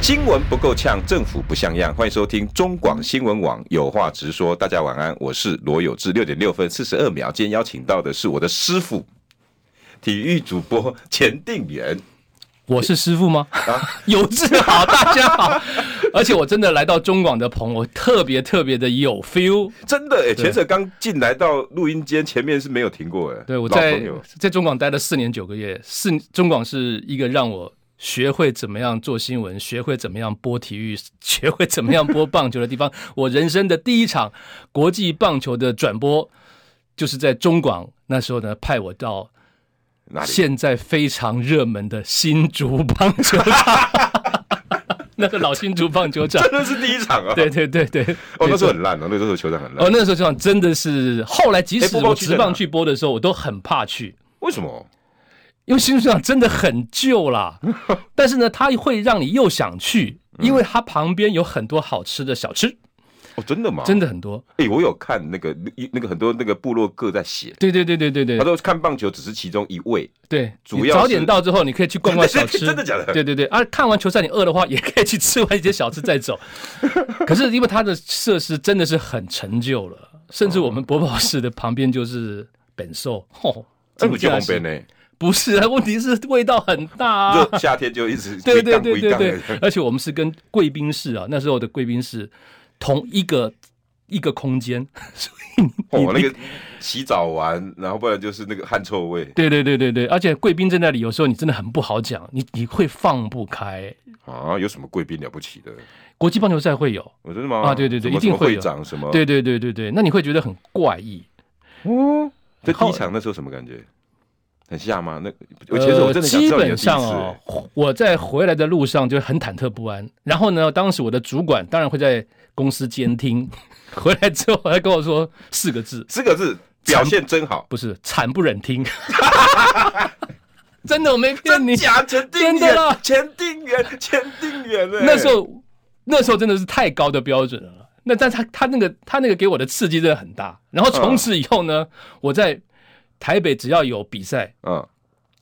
新闻不够呛，政府不像样。欢迎收听中广新闻网，有话直说。大家晚安，我是罗有志。六点六分四十二秒，今天邀请到的是我的师傅，体育主播钱定元。我是师傅吗？啊 有志好，大家好。而且我真的来到中广的棚，我特别特别的有 feel。真的哎、前者刚进来到录音间，前面是没有停过哎。对我老在朋友在中广待了四年九个月，四中广是一个让我学会怎么样做新闻，学会怎么样播体育，学会怎么样播棒球的地方。 我人生的第一场国际棒球的转播，就是在中广。那时候呢，派我到哪 里？现在非常热门的新竹棒球场， 那个老新竹棒球场。真的是第一场啊！ 对，对对对，哦，那没时候错很烂哦，那时候球场很烂。哦，那时候这样真的是，后来即哎使播报我区直在哪棒去播的时候，我都很怕去，为什么？因为新竹场真的很 旧啦。但是呢，它会让你又想去，因为它旁边有很多好吃的小吃，哦，真的吗？真的。的很多。哎、我有看那个那个很多那个部落客在写，对对对对对他对说看棒球只是其中一位。对，主要你是早点到之后，你可以去逛逛 小吃。真的假的？对对对，啊，看完球赛你饿的话，也可以去吃完一些小吃 再走。可是因为它的设施真的是很陈旧了，甚至我们博宝室的旁边就是本寿，吼、哎，我觉得真的是红边不是啊，问题是味道很大、呢，啊。就夏天就一直 对归对档对归对档对的，而且我们是跟贵宾室啊，那时候的贵宾室同一个一个空间， 所以你哦，那个洗澡完，然后不然就是那个汗臭味对对对对对，而且贵宾在那里，有时候你真的很不好讲，你你会放不开。啊，有什么贵宾了不起的？国际棒球赛会有，我真的吗？啊对对什对么一定什么会会有长什么？对对对对对，那你会觉得很怪异。哦，在然后第一场那时候什么感觉？很吓吗？那我其实我真的想呃基知道你的本第一上次哦欸，我在回来的路上就很忐忑不安。然后呢，当时我的主管当然会在公司监听， 回来之后还跟我说四个字，四个字表现真好，不是惨不 忍听， 真的我没骗你真。假前定真的啦远，前定远，前定远欸那时候那时候真的是太高的标准了。那但他他那个他那个给我的刺激真的很大。然后从此以后呢，我在台北只要有比赛，嗯，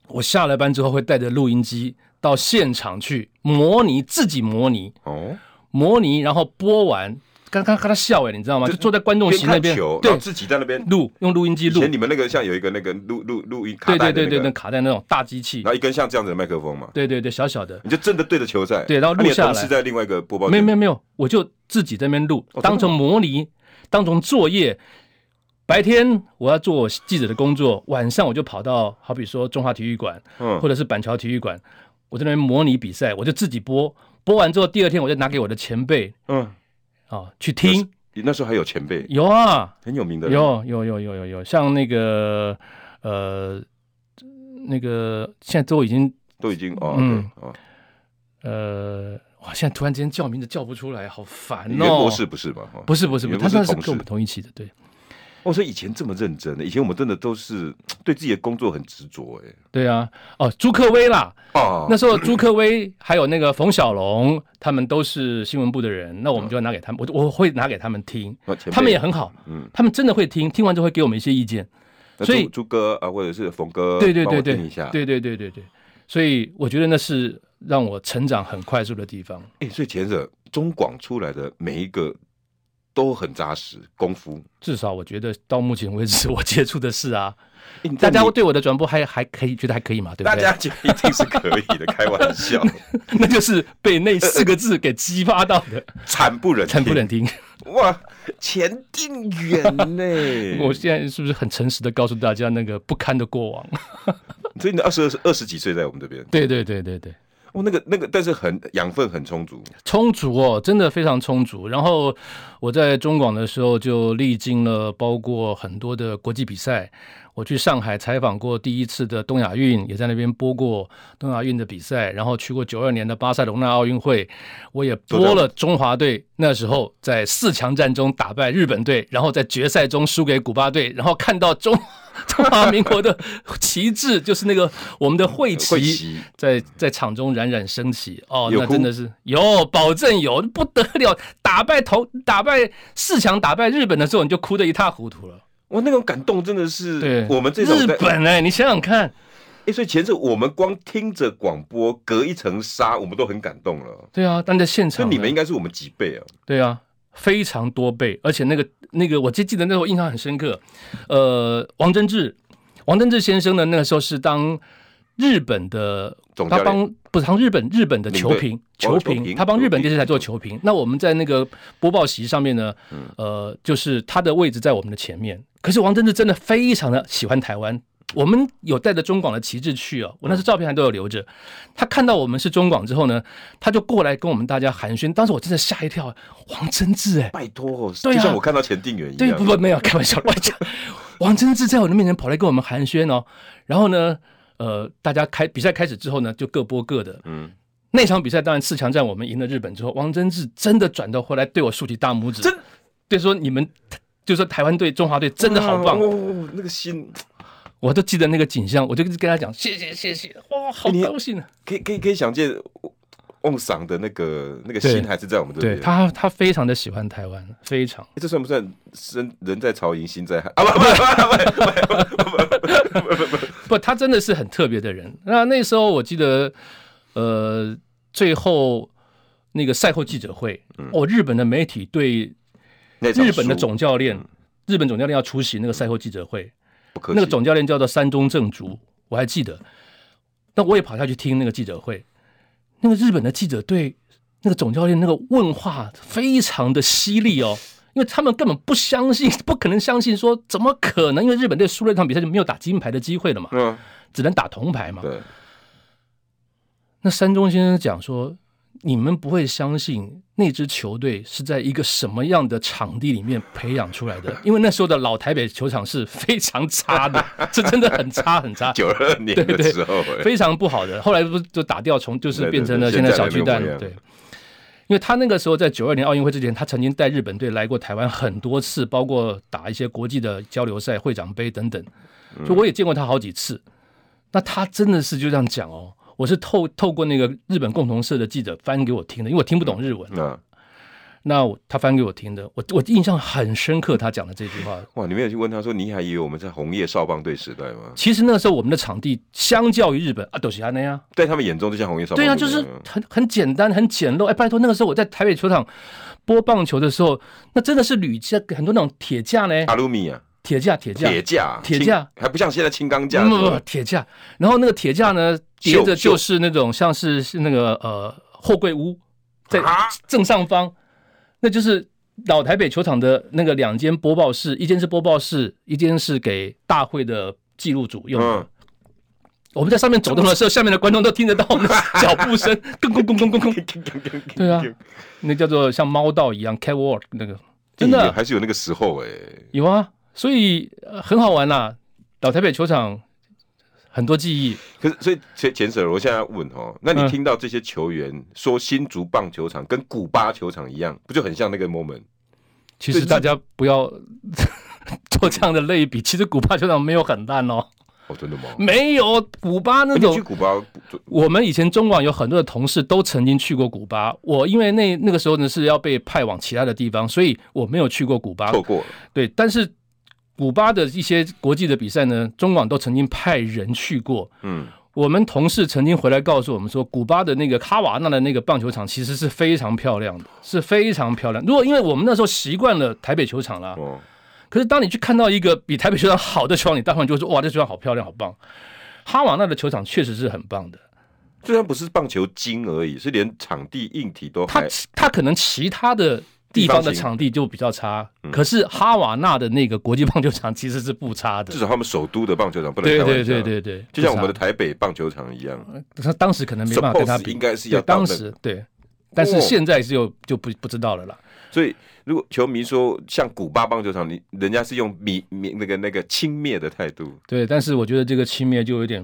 我下了班之后会带着录音机到现场去模拟自己模拟哦，模拟，然后播完，刚刚看他笑哎、你知道吗？就坐在观众边席那看边球，然对后自己在那边。录用录音机以录前，你们那个像有一个那个录录录音卡对带对的对对，那那个，卡带那种大机器然，后一根像这样子的麦克风嘛，对对对，小小的。你就真的对着球赛，对然后啊录你的下同来事在另外一个播报，没有没有没有，我就自己在那边录哦真的，当成模拟，当成作业。白天我要做我记者的工作，晚上我就跑到好比说中华体育馆嗯或者是板桥体育馆，我在那边模拟比赛，我就自己播。播完之后，第二天我就拿给我的前辈嗯，啊去听。你那时候还有前辈，有啊，很有名的人，有有有有有有，像那个呃那个现在都已经都已经哦，嗯对哦，呃哇，现在突然之间叫名字叫不出来，好烦你哦。跟博士不是吧？哦不是不是不你是，们他不算是是同跟我事们，同一期的，对我说以前这么认真的，以前我们真的都是对自己的工作很执着，哎，对啊，哦，朱克威啦，哦，那时候朱克威还有那个冯小龙，他们都是新闻部的人，那嗯我们就要拿给他们，我我会拿给他们听，那前辈他们也很好，嗯，他们真的会听，听完之后会给我们一些意见，那所以朱朱哥啊，或者是冯哥，对对帮对我对听一下，，对对对对对，所以我觉得那是让我成长很快速的地方，哎，所以前者中广出来的每一个都很扎实功夫，至少我觉得到目前为止 我接触的事啊，哎你大家你对我的转播还还可以，觉得还可以嘛，对不大对？家觉得一定是可以的，开玩笑， 那就是被那四个字给激发到 的，惨不忍， 惨不忍，听。哇，前定远呢， 我现在是不是很诚实的告诉大家那个不堪的过往？ 所以你二十二十二十几岁在我们这边，对对对对对，哦，那个那个，但是很养分很充足，充足哦，真的非常充足。然后我在中广的时候就历经了包括很多的国际比赛，我去上海采访过第一次的东亚运，也在那边播过东亚运的比赛，然后去过九二年的巴塞隆纳奥运会，我也播了中华队那时候在四强战中打败日本队，然后在决赛中输给古巴队，然后看到中中华民国的旗帜，就是那个我们的会旗， 会骑在在场中冉冉升起哦，有那哭真的是有，保证有，不得了！打败头，打败四强，打败日本的时候，你就哭得一塌糊涂了。哇，那种感动真的是对，我们这种日在本哎、你想想看，哎、所以前阵我们光听着广播，隔一层纱，我们都很感动了。对啊，但在现所场以呢，你们应该是我们几倍啊？对啊，非常多倍，而且那个那个，我记记得那时候印象很深刻。呃，王贞治，王贞治先生呢，那个时候是当日本的总教他练帮不是当日本日本的领球队评哦球球评评，他帮球日本电视台评做球评。那我们在那个播报席上面呢，嗯呃，就是他的位置在我们的前面。可是王贞治真的非常的喜欢台湾。我们有带着中广的旗帜去哦，我那时候照片还都有留着。他看到我们是中广之后呢，他就过来跟我们大家寒暄。当时我真的吓一跳，王贞治哎，拜托、对啊就像我看到前定远一对，样。不不，没有开玩笑，乱讲。王贞治在我的面前跑来跟我们寒暄哦，然后呢，呃，大家开比赛开始之后呢，就各播各的。嗯，那场比赛当然四强战我们赢了日本之后，王贞治真的转头回来对我竖起大拇指，真对说你们，就说台湾队、中华队真的好棒，哇哦，那个心我都记得那个景象，我就一直跟他讲谢谢谢谢，哇，好你高兴啊！可以可以可以想见，瓮赏的那个那个心对还是在我们这边。对他，他非常的喜欢台湾，非常。欸这算不算身人在曹营心在汉啊？不不不不不不不，他真的是很特别的人。那那时候我记得，呃，最后那个赛后记者会，嗯哦，日本的媒体对那场日本的输总嗯教练，日本总教练要出席那个赛后记者会，不客气那个总教练叫做山中正竹，我还记得。那我也跑下去听那个记者会，那个日本的记者对那个总教练那个问话非常的犀利哦，因为他们根本不相信， 不可能相信说怎么可能？因为日本队输了一场比赛就没有打金牌的机会了嘛。嗯只能打铜牌嘛。对那山中先生讲说，你们不会相信那支球队是在一个什么样的场地里面培养出来的，因为那时候的老台北球场是非常差的， 是真的很差很差，九二年的时候欸啊非常不好的。后来不是就打掉重，就是变成了对对现对在小巨蛋现在的那个模样对。因为他那个时候在九二年奥运会之前，他曾经带日本队来过台湾很多次，包括打一些国际的交流赛、会长杯等等，嗯所以我也见过他好几次。那他真的是就这样讲哦，我是透透过那个日本共同社的记者翻给我听的，因为我听不懂日文，那那我他翻给我听的，我我印象很深刻，他讲的这句话。哇，你没有去问他说，你还以为我们在红叶少棒队时代吗？其实那时候我们的场地相较于日本啊，都是安那样。在他们眼中就像红叶少棒对队啊，就是很很简单，很简陋。哎，拜托，那个时候我在台北球场播棒球的时候，那真的是铝架，很多那种铁架呢，阿鲁米啊，铁架，铁架，铁架铁青架还不像现在轻钢架不是不不，吧，铁架。然后那个铁架呢，叠着就是那种像是是那个呃货柜屋，在 啊正上方，那就是老台北球场的那个两间播报室，一间是播报室，一间是给大会的记录组用的。嗯，我们在上面走动的时候，下面的观众都听得到我们的脚 步声，咚咚咚咚咚咚。对啊，那叫做像猫道一样 catwalk 那个，哎真的啊还是有那个时候哎，有啊，所以、呃很好玩啦。老台北球场很多记忆，可是，所以钱钱 Sir，我现在要问哦，那你嗯听到这些球员说新竹棒球场跟古巴球场一样，不就很像那个 moment？其对这实大家不要 做这样的类比。其实古巴球场没有很烂哦，哦，真的吗？没有古巴那而且去种。古巴不我们以前中网有很多的同事都曾经去过古巴，我因为那那个时候呢是要被派往其他的地方，所以我没有去过古巴。错过了，对，但是古巴的一些国际的比赛呢，中网都曾经派人去过。嗯，我们同事曾经回来告诉我们说，古巴的那个卡瓦纳的那个棒球场其实是非常漂亮的，是非常漂亮。如果因为我们那时候习惯了台北球场啦，哦，可是当你去看到一个比台北球场好的球场，你当然就会说哇，这球场好漂亮，好棒。哈瓦那的球场确实是很棒的，虽然不是棒球精而已，是连场地硬体都它还它可能其他的地地方方的型场地就比较差。嗯可是哈瓦那的那个国际棒球场其实是不差的至，少他们首都的棒球场不能对开玩对笑对对对，就像我们的不台北棒球场一样，差，他当时可能没办法跟他 Suppose 比，应该是对要到当那时对，但是哦现在就就不不知道了啦。所以如果球迷说像古巴棒球场，你人家是用米米那个那个轻蔑的态度，对，但是我觉得这个轻蔑就有点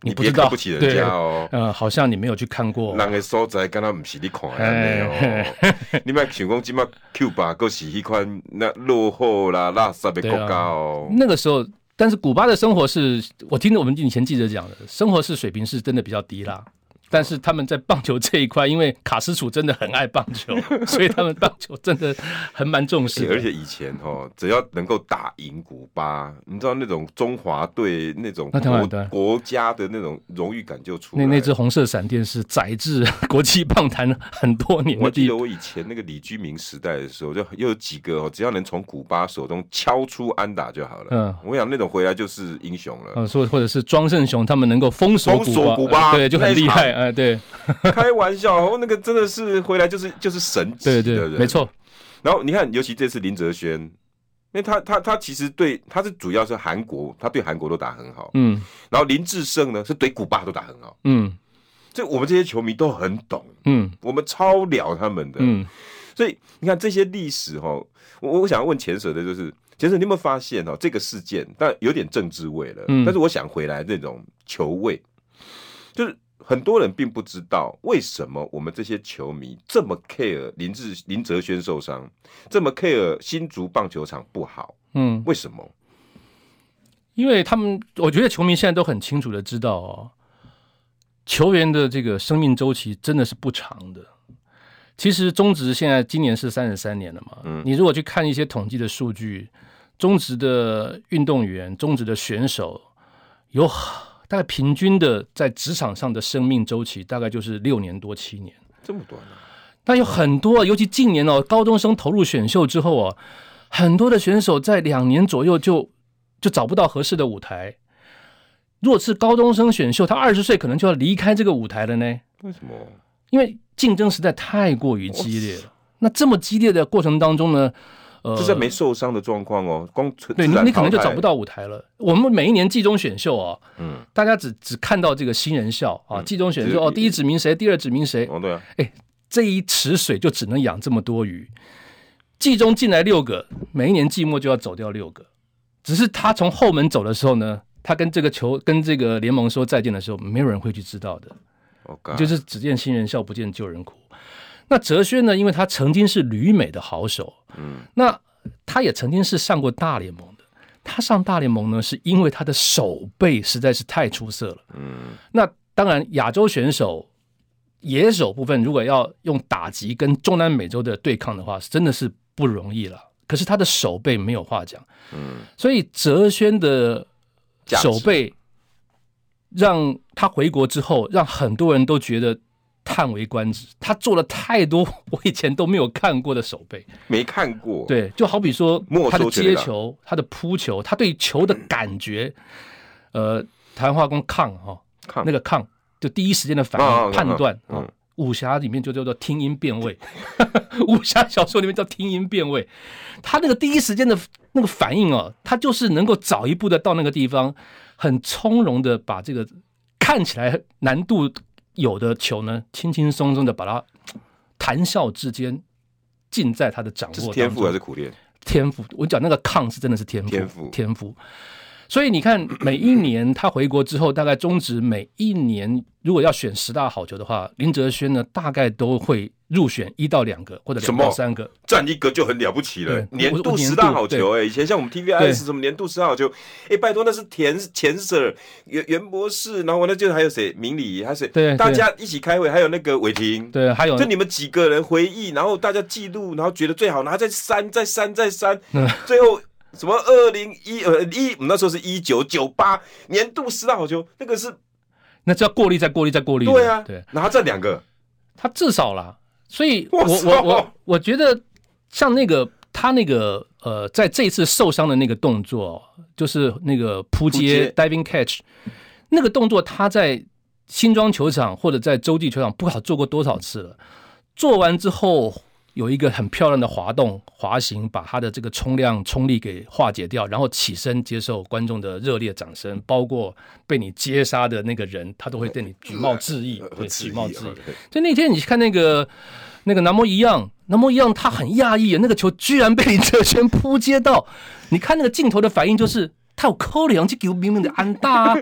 你不别知道看不起人家对哦。呃，好像你没有去看过，人的所在，敢若毋是你看的安尼哦。你莫想讲即马 Q 吧，佫是迄款那落后啦、垃圾的国家哦。那个时候，但是古巴的生活是我听我们以前记者讲的，生活是水平是真的比较低啦。但是他们在棒球这一块，因为卡斯楚真的很爱棒球， 所以他们棒球真的很蛮重视是的哎而且以前哦，只要能够打赢古巴，你知道那种中华队那种那当然国当然国家的那种荣誉感就出来那了。那只红色闪电是载至国际棒坛很多年我还的记地得我以前那个李居明时代的时候，就又有几个哦，只要能从古巴手中敲出安打就好了。嗯我想那种回来就是英雄了。呃，说或者是庄胜雄他们能够封锁封锁古古巴呃对，就很厉那害，一哎、对开玩笑哦，那个真的是回来就是就是神级对的对，人，没。错，然后你看，尤其这次林哲轩，因为他他他其实对他是主要是韩国，他对韩国都打很好。嗯然后林志胜呢是对古巴都打很好，嗯这我们这些球迷都很懂，嗯我们超了他们的。嗯，所以你看这些历史哈，我我想问潜水的就是，潜水你有没有发现哈，这个事件但有点政治味了，嗯但是我想回来那种球味，就是很多人并不知道为什么我们这些球迷这么 care 林志林哲轩受伤，这么 care 新竹棒球场不好，嗯为什么？因为他们，我觉得球迷现在都很清楚的知道哦，球员的这个生命周期真的是不长的。其实中职现在今年是三十三年了嘛，嗯，你如果去看一些统计的数据，中职的运动员、中职的选手有大概平均的在职场上的生命周期大概就是六年多七年。这么短啊？那有很多，尤其近年哦，高中生投入选秀之后哦，很多的选手在两年左右就就找不到合适的舞台。如果是高中生选秀，他二十岁可能就要离开这个舞台了呢，为什么？因为竞争实在太过于激烈了。那这么激烈的过程当中呢，呃，这是没受伤的状况哦，光纯对自你然你可能就淘汰找不到舞台了。我们每一年季中选秀啊，嗯，大家只只看到这个新人校啊，季中选只秀哦，第一指名谁，第二指名谁，哦，对啊，这一池水就只能养这么多鱼。季中进来六个，每一年季末就要走掉六个。只是他从后门走的时候呢，他跟这个球跟这个联盟说再见的时候，没有人会去知道的。哦，God 就是只见新人笑，不见旧人哭。那哲轩呢？因为他曾经是旅美的好手，嗯，那他也曾经是上过大联盟的。他上大联盟呢，是因为他的手背实在是太出色了，嗯。那当然，亚洲选手野手部分，如果要用打击跟中南美洲的对抗的话，真的是不容易了。可是他的手背没有话讲，嗯。所以哲轩的价值手背让他回国之后，让很多人都觉得叹为观止。他做了太多我以前都没有看过的手背，没看过，，对，就好比说没收他的起来接了球、他的扑球、他对球的感觉，呃，台湾话讲抗哈、看那个抗就第一时间的反啊啊啊应啊判断嗯啊。武侠里面就叫做听音辨位， 武侠小说里面叫听音辨位。他那个第一时间的那个反应哦，他就是能够早一步的到那个地方，很从容的把这个看起来难度有的球呢，轻轻松松的把它谈笑之间尽在他的掌握这当是中。天赋还是啊苦练？天赋，我讲那个抗是真的是天赋，天赋天赋。所以你看，每一年他回国之后，大概中职每一年如果要选十大好球的话，林哲轩呢大概都会入选一到两个，或者什两么到三个。占一格就很了不起了对，我年我度年十大度好球哎、以前像我们 TVI 对是什么年度十大好球，哎、拜托那是田田 Sir、袁袁博士，然后那就还有谁，明理，还有谁，对大家一起开会，还有那个伟霆，对，还有就你们几个人回忆，然后大家记录，然后觉得最好，然后再删，再删，再删嗯，最后。什么二零一呃一，我们那时候是一九九八年度十大好球，那个是那只要过滤再过滤再过滤的。对啊，对，然后这两个他至少啦。所以我哇我操我我觉得像那个他那个呃，在这一次受伤的那个动作，就是那个扑扑接接 diving catch 那个动作，他在新庄球场或者在洲际球场不好做过多少次了。做完之后有一个很漂亮的滑动滑行，把他的这个冲量冲力给化解掉，然后起身接受观众的热烈掌声，包括被你接杀的那个人，他都会对你举帽致意，对，举帽致意。所以那天你去看那个那个南摩一样，南摩一样，他很讶异，啊那个球居然被林哲轩扑接到。你看那个镜头的反应，就是他有扣两去球明明的安大、啊，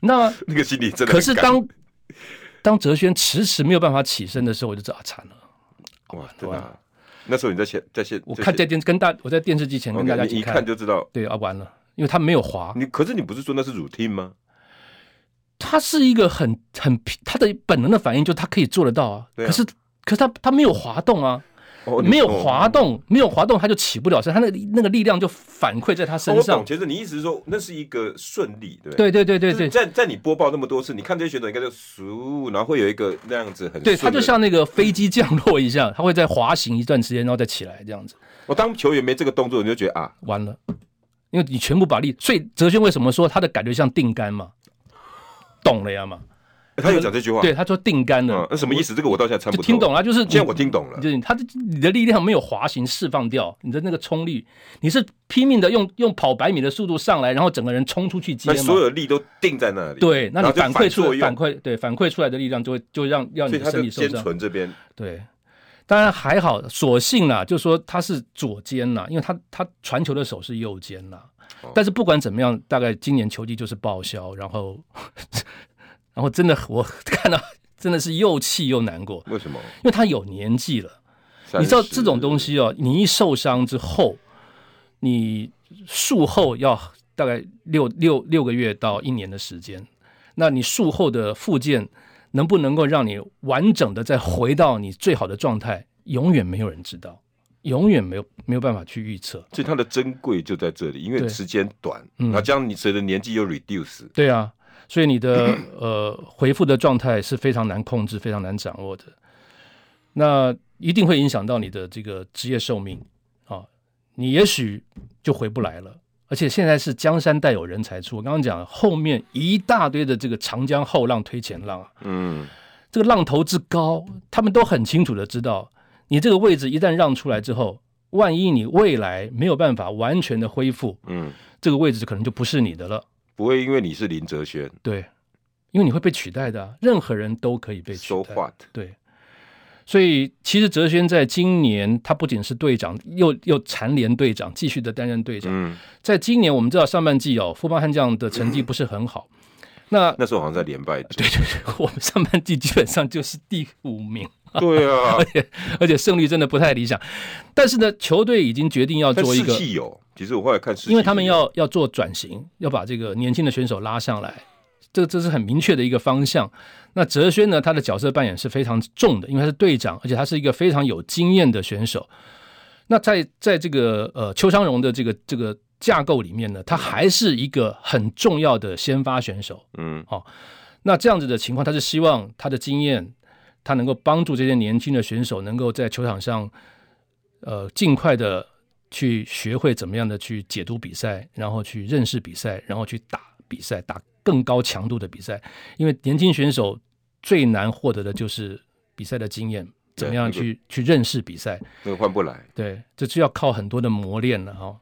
那那个心里真的很感。可是当当哲轩迟迟没有办法起身的时候，我就知道啊惨了。哇，真的啊、那时候你在线在线，我看在电跟大我在电视机前跟大家你一起看就嗯知道。对啊完了，因为他没有滑，你可是你不是说那是 routine 吗？他是一个很很他的本能的反应，就他可以做得到啊。对啊可是可是他他没有滑动啊，哦，你没有哦滑动，没有滑动他就起不了身，他那个那个力量就反馈在他哦身我上懂，。其实你意思是说那是一个顺利，对不对？对对对对就是对。在在你播报那么多次，你看这些选手应该就熟，然后会有一个那样子很对，顺他的就像那个飞机降落一样，他会在滑行一段时间，然后再起来，这样子我哦当球员没这个动作，你就觉得 啊，完了，因为你全部把力，所以哲轩为什么说他的感觉像定杆嘛？懂了呀嘛？他有讲这句话，对，他说定杆了嗯，，那什么意思？这个我到现在参不就听懂，了，啊就是现在你我听懂了。就是他的你的力量没有滑行释放掉，你的那个冲力，你是拼命的用用跑百米的速度上来，然后整个人冲出去接那所嘛。有的力都定在那里，对，那你然后就反馈出作来用反，馈对反馈出来的力量就会就让让所你以他的身就体受先伤。存这边，对，当然还好，所幸啦，就说他是左肩啦，因为他他传球的手是右肩啦。但是不管怎么样，大概今年球季就是报销，然后然后真的我 看到真的是又气又难过，为什么？因为他有年纪了。你知道这种东西哦，你一受伤之后，你术后要大概六六六个月到一年的时间，那你术后的复健能不能够让你完整的再回到你最好的状态，永远没有人知道，永远没有没有办法去预测。所以它的珍贵就在这里，因为对嗯时间短，然后这样你随着年纪又 reduce，对啊，所以你的 呃回复的状态是非常难控制、非常难掌握的。那一定会影响到你的这个职业寿命啊，你也许就回不来了。而且现在是江山代有人才出，我刚刚讲后面一大堆的这个长江后浪推前浪啊，嗯，这个浪头之高，他们都很清楚的知道，你这个位置一旦让出来之后，万一你未来没有办法完全的恢复，嗯，这个位置可能就不是你的了。不会因为你是林哲轩对，因为你会被取代的啊、任何人都可以被取，so 代。 what？对，所以其实哲轩在今年，他不仅是队长，又又蝉联队长，继续的担任队长。嗯，在今年，我们知道上半季哦，富邦悍将的成绩不是很好。 那那时候好像在连败组，对对对，我们上半季基本上就是第五名，对 啊，而且胜率真的不太理想。但是呢，球队已经决定要但做一士个，气有，其实我后来看士气，因为他们要要做转型，要把这个年轻的选手拉上来，这这是很明确的一个方向。那哲轩呢，他的角色扮演是非常重的，因为他是队长，而且他是一个非常有经验的选手。那在在这个呃邱昌荣的这个这个架构里面呢，他还是一个很重要的先发选手。嗯，那这样子的情况，他是希望他的经验，他能够帮助这些年轻的选手能够在球场上，呃，尽快的去学会怎么样的去解读比赛，然后去认识比赛，然后去打比赛，打更高强度的比赛。因为年轻选手最难获得的就是比赛的经验，怎么样对那去去认识比赛？那个换不来。对，这就要靠很多的磨练了哈、哦，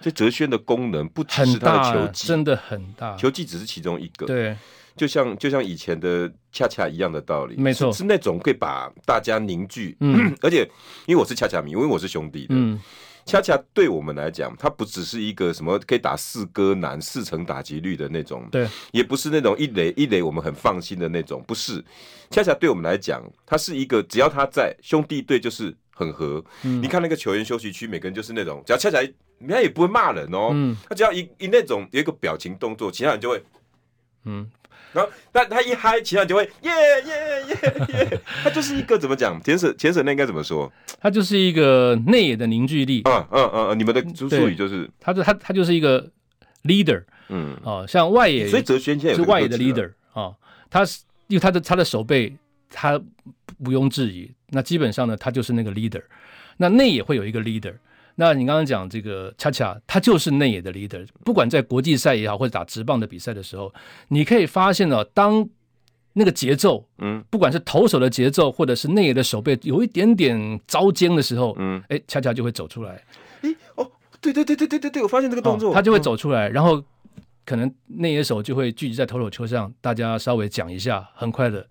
这哲轩的功能不只很是他大的球啊，技，真的很大。球技只是其中一个。对就像就像以前的恰恰一样的道理，没错是是那种会把大家凝聚，嗯 而且因为我是恰恰迷，因为我是兄弟的，嗯，恰恰对我们来讲，它不只是一个什么可以打四哥难、四成打击率的那种，对，也不是那种一垒一垒我们很放心的那种，不是，恰恰对我们来讲，它是一个只要他在兄弟队就是很和，嗯你看那个球员休息区，每个人就是那种，只要恰恰一人家也不会骂人哦，嗯他只要一一那种有一个表情动作，其他人就会。嗯，然后但他一嗨，其他人就会耶耶耶耶，他就是一个怎么讲？田舍田舍那应该怎么说？它就是一个内野的凝聚力。嗯嗯嗯嗯，你们的术术语对就是他的他他就是一个 leader 嗯，哦，像外野所以哲轩现在有是这个外野特的质啊 leader 哦，他是因为他的他的手背他毋庸置疑，那基本上呢他就是那个 leader，那内野会有一个 leader。那你刚刚讲这个恰恰，他就是内野的 leader，不管在国际赛也好，或者打直棒的比赛的时候，你可以发现呢、当那个节奏，嗯，不管是投手的节奏，或者是内野的手背有一点点糟尖的时候，嗯，哎，恰恰就会走出来，诶，哦，对对对对对对对，我发现这个动作，哦嗯他就会走出来，然后可能内野手就会聚集在投手球上，大家稍微讲一下，很快的，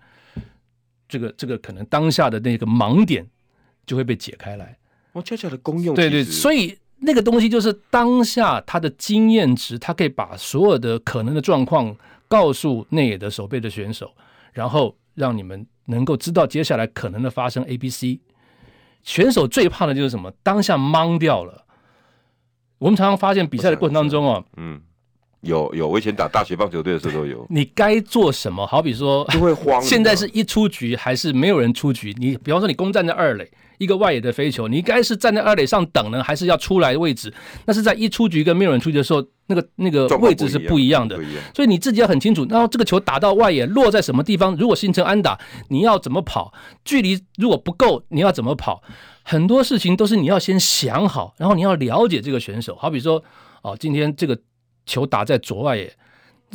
这个这个可能当下的那个盲点就会被解开来。哦，恰恰的功用，对对，以所以那个东西就是当下他的经验值，他可以把所有的可能的状况告诉内野的守备的选手，然后让你们能够知道接下来可能的发生 A、B、C。选手最怕的就是什么？当下懵掉了。我们常常发现比赛的过程当中哦，，嗯，有有，我以前打大学棒球队的时候都有 你该做什么？好比说，就会慌。现在是你一出局还是没有人出局？你比方说你攻占在二垒，一个外野的飞球，你应该是站在二垒上等呢，还是要出来位置？那是在一出局跟没有人出局的时候，那个那个知道吗位置是不一样的不。一样。所以你自己要很清楚，然后这个球打到外野落在什么地方，如果形成安打，你要怎么跑？距离如果不够，你要怎么跑？很多事情都是你要先想好，然后你要了解这个选手。好比说，哦，今天这个球打在左外野，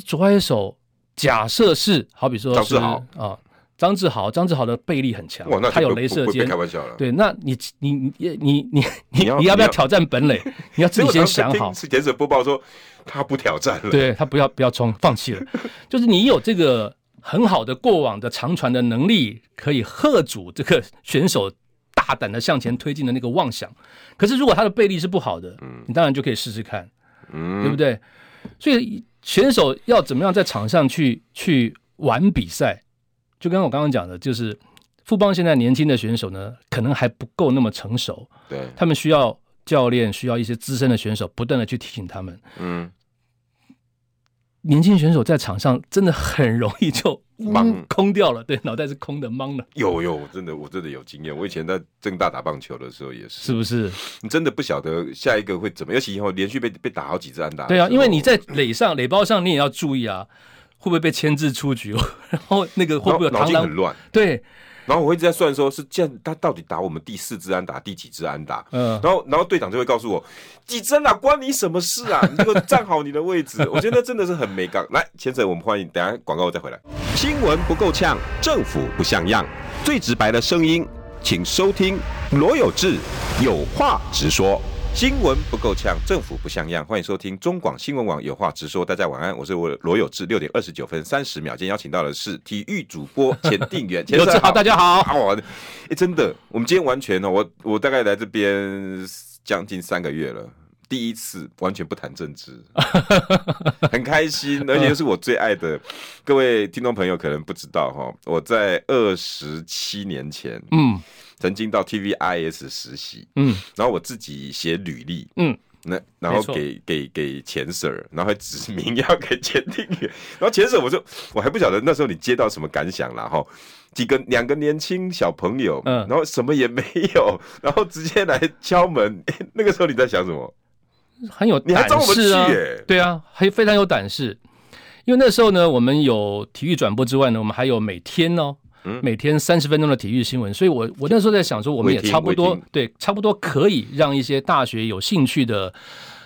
左外野手假设是好比说张是志豪啊，张志豪，张志豪的臂力很强哇，，那他有就不镭射不不被尖开。玩笑了。，对，那你你你你你你要你要你要不要挑战本垒？你要自己先想好。是简者播报说他不挑战了。，对他不要不要冲，放弃了。 就是你有这个很好的过往的长传的能力，可以喝阻这个选手大胆的向前推进的那个妄想。可是如果他的背力是不好的，你当然就可以试试看，对嗯不，对？所以选手要怎么样在场上去去玩比赛，就跟我刚刚讲的，就是富邦现在年轻的选手呢，可能还不够那么成熟，对，他们需要教练，需要一些资深的选手不断的去提醒他们。嗯，年轻选手在场上真的很容易就懵空掉了，对，脑袋是空的，懵了，有有，真的，我真的有经验。我以前在正大打棒球的时候也是，是不是？你真的不晓得下一个会怎么，尤其以后连续被被打好几次安打的对时候。啊，因为你在垒上、垒包上，你也要注意啊，会不会被牵制出局？ 然后那个会脑不会有脑螳筋很螂？乱，对，然后我一直在算说，是这样，他到底打我们第四支安打，第几支安打？嗯、然后，然后队长就会告诉我，几针啊，关你什么事啊？你给我站好你的位置。我觉得真的是很没杠。来，先生，我们欢迎，等一下广告我再回来。新闻不够呛，政府不像样，最直白的声音，请收听罗有志有话直说。新闻不够呛，政府不像样。欢迎收听中广新闻网有话直说。大家晚安，我是我罗有志。六点二十九分三十秒，今天邀请到的是体育主播 钱定远，钱有生志豪，大家好，打我！哎、真的，我们今天完全哦，我我大概来这边将近三个月了，第一次完全不谈政 治，很开心，而且又是我最爱的。各位听众朋友可能不知道哈、我在二十七年前嗯曾经到 TVIS 实习，嗯，然后我自己写履历，嗯。那然后没错给给给钱 Sir，然后还指名要给钱定远，然后钱 Sir 我就我还不晓得那时候你接到什么感想啦哈，几个两个年轻小朋友，嗯然后什么也没有，然后直接来敲门，诶那个时候你在想什么？很有你还胆找我们识啊去耶，对啊，还非常有胆识。因为那时候呢，我们有体育转播之外呢，我们还有每天哦，嗯每天三十分钟的体育新闻，所以我我那时候在想说，我们也未听差不未多听对，差不多可以让一些大学有兴趣的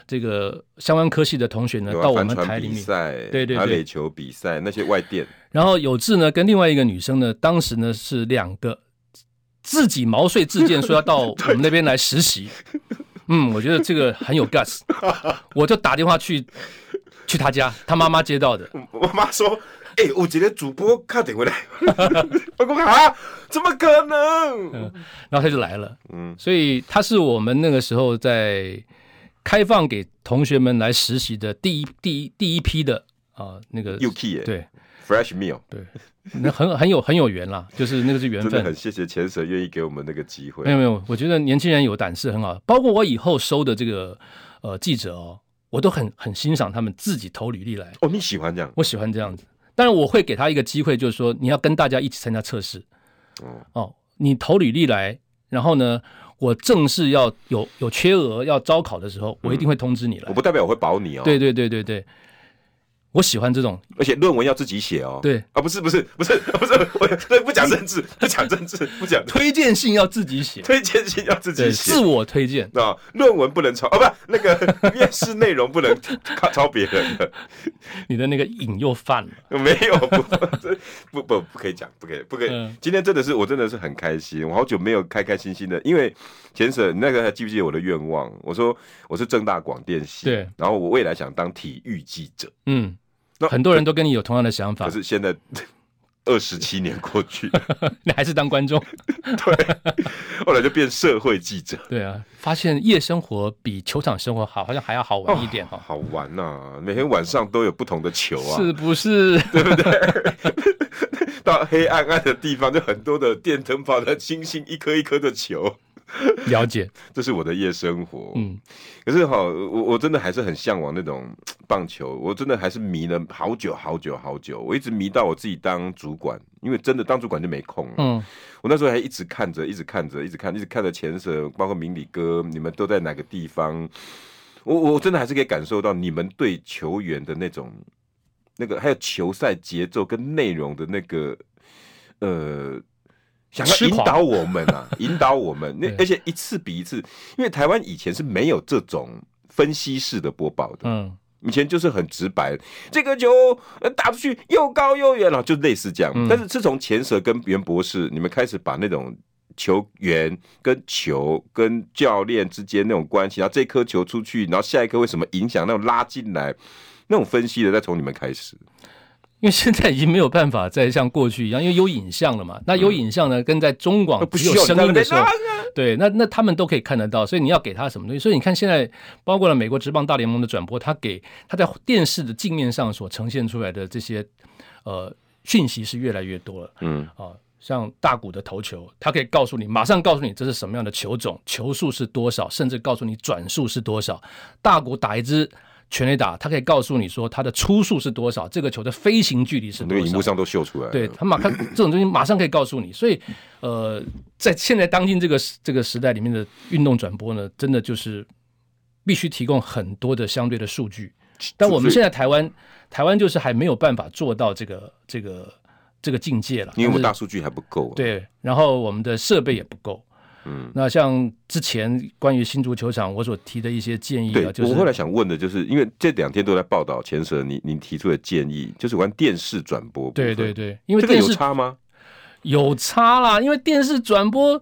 这个相关科系的同学呢，有啊呃到我们帆船台里比面。赛，对对还有对垒球比赛那些外电， 然后有志呢跟另外一个女生呢，当时呢是两个自己毛遂自荐说 要到我们那边来实习。嗯，我觉得这个很有 guts，我就打电话去去他家，他妈妈接到的。我我妈说。哎、我觉得主播快点回来， 我说啊，怎么可能？然后他就来了。嗯嗯，所以他是我们那个时候在开放给同学们来实习的第一第一第一批的啊、那个 Yuki 耶对 Fresh meal，对，那很很有很有缘啦，就是那个是缘真的很分。嗯谢谢钱 Sir 愿意给我们那个机会没。有没有，我觉得年轻人有胆识很好，包括我以后收的这个呃记者哦，我都很很欣赏他们自己投履历来，哦，你喜欢这样？我喜欢这样子。当然我会给他一个机会，就是说你要跟大家一起参加测试，哦，哦，你投履历来，然后呢，我正式要有有嗯缺额要招考的时候，我一定会通知你来。我不代表我会保你哦。对对对对对，我喜欢这种，而且论文要自己写哦。对啊，不是不是不是 不是，我对不讲政治，不讲政治，不讲推荐信要自己 写，推荐信要自己对，写自。我推荐。啊，论文不能抄哦，不，那 个面试内容不能抄抄别人的，你的那个瘾又犯了，没有不不不不不可以讲，不可以不可以。嗯今天真的是我真的是很开心，我好久没有开开心心的，因为钱婶那个还记不记得我的愿望？我说我是正大广电系，对，然后我未来想当体育记者，嗯那，很多人都跟你有同样的想法可，是现在 二十七年过去了， 你还是当 观众。后来就变社会记者，对啊，发现夜生活比球场生活好，好像还要好玩一点哈、哦好玩呐、每天晚上都有不同的球啊，是不是？到黑暗暗的地方，就很多的电灯泡的星星，一颗一颗的球，了解，这是我的夜生活。嗯，可是哈，我我真的还是很向往那种嘖棒球，我真的还是迷了好久好久好久，我一直迷到我自己当主管，因为真的当主管就没空了。嗯，我那时候还一直看着，一直看着，一直看，一直看着前蛇，包括明理哥，你们都在哪个地方？我我真的还是可以感受到你们对球员的那种那个，还有球赛节奏跟内容的那个呃。想要痴引狂导我们啊， 引导我们，那对而且一次比一次，因为台湾以前是没有这种分析式的播报的，嗯，以前就是很直白，这个球呃打出去又高又远了，就类似这样。嗯但是自从前蛇跟袁博士，你们开始把那种球员跟球跟教练之间那种关系，然后这颗球出去，然后下一颗为什么影响，那种拉进来，那种分析的，再从你们开始。因为现在已经没有办法再像过去一样，因为有影像了嘛。那有影像呢，跟在中广嗯不哦只需有要声音的时候你在那，啊对，那那他们都可以看得到，所以你要给他什么东西？所以你看现在，包括了美国职棒大联盟的转播，他给他在电视的镜面上所呈现出来的这些呃讯息是越来越多了。嗯，啊，像大股的投球，它可以告诉你，马上告诉你这是什么样的球种，球速是多少，甚至告诉你转速是多少。大股打一支全垒打，它可以告诉你说它的初速是多少，这个球的飞行距离是那个多荧少幕。上都嗯秀出来了。对他马上这种东西马上可以告诉你，所以呃，在现在当今这个时这个时代里面的运动转播呢，真的就是必须提供很多的相对的数据。但我们现在台湾台湾就是还没有办法做到这个这个这个境界了，因为我们但是大数据还不够、啊。，对，然后我们的设备也不够。嗯，那像之前关于新足球场我所提的一些建议对、啊，就我后来是想问的就是，因为这两天都在报道前蛇你你提出的建议，就是有关电视转播部对分。对对，因为这个电有视差吗？有差啦，因为电视转播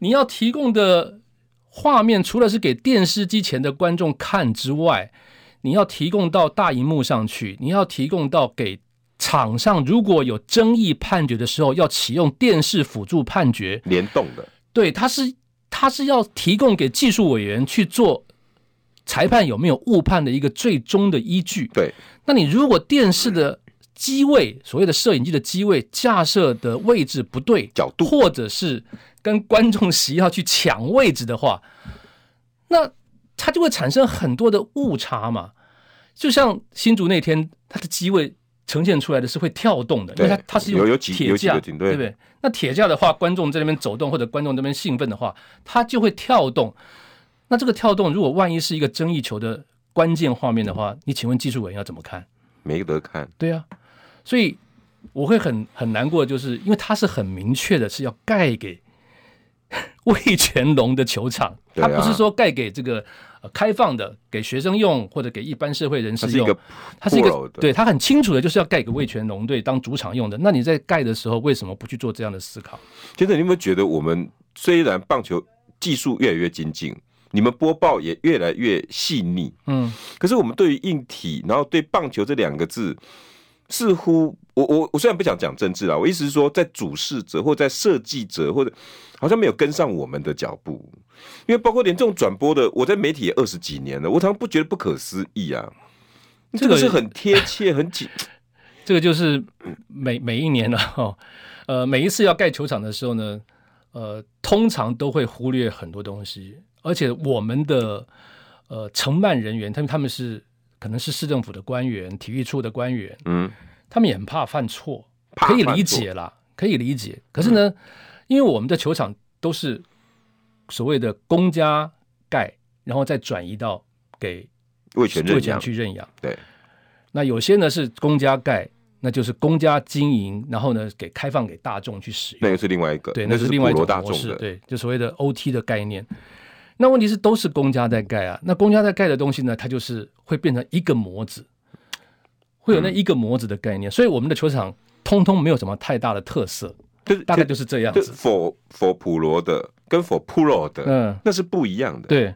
你要提供的画面，除了是给电视机前的观众看之外，你要提供到大荧幕上去，你要提供到给场上如果有争议判决的时候，要启用电视辅助判决，联动的。对，他是他是要提供给技术委员去做裁判有没有误判的一个最终的依据。对，那你如果电视的机位，所谓的摄影机的机位架设的位置不对，角度或者是跟观众席要去抢位置的话，那它就会产生很多的误差嘛。就像新竹那天，它的机位呈现出来的是会跳动的，因对为它它是有用有几铁有几架，个景对不对？那铁架的话，观众在那边走动或者观众那边兴奋的话，它就会跳动。那这个跳动，如果万一是一个争议球的关键画面的话，你请问技术委员要怎么看？没得看。对啊，所以我会很很难过，就是因为它是很明确的是要盖给 魏全龙的球场，对它啊不是说盖给这个、呃开放的，给学生用或者给一般社会人它士是一用个。它是一个 plural 的对它很清楚的，就是要盖给魏全龙队当主场用的。那你在盖的时候，为什么不去做这样的思考？先生，你有没有觉得我们虽然棒球技术越来越精进，你们播报也越来越细腻，嗯，可是我们对于硬体，然后对棒球这两个字，似乎我我我虽然不想讲政治啊，我意思是说，在主事者或在设计者或者好像没有跟上我们的脚步，因为包括连这种转播的，我在媒体也二十几年了，我常常不觉得不可思议啊。这这个个是很贴切、很紧，这个就是每每一年呢、 哦，呃，每一次要盖球场的时候呢，呃，通常都会忽略很多东西，而且我们的呃承办人员，他们他们是可能是市政府的官员、体育处的官员，嗯，他们也很怕犯错，怕可以犯理错嗯解啦，可以理解。可是呢，因为我们的球场都是所谓的公家盖，然后再转移到给为权卫认权养，去认养。对，那有些呢是公家盖，那就是公家经营，然后呢给开放给大众去使那用。个是另外一个，对，那那是是另外一普罗种大模众式，的，对，就所谓的 OT 的概念。那问题是都是公家在盖啊，那公家在盖的东西呢，它就是会变成一个模子，会有那一个模子的概嗯念，所以我们的球场通通没有什么太大的特色，就是大概就是这样就子是。否否普罗的跟否 pro 的，嗯，那是不一样的。对，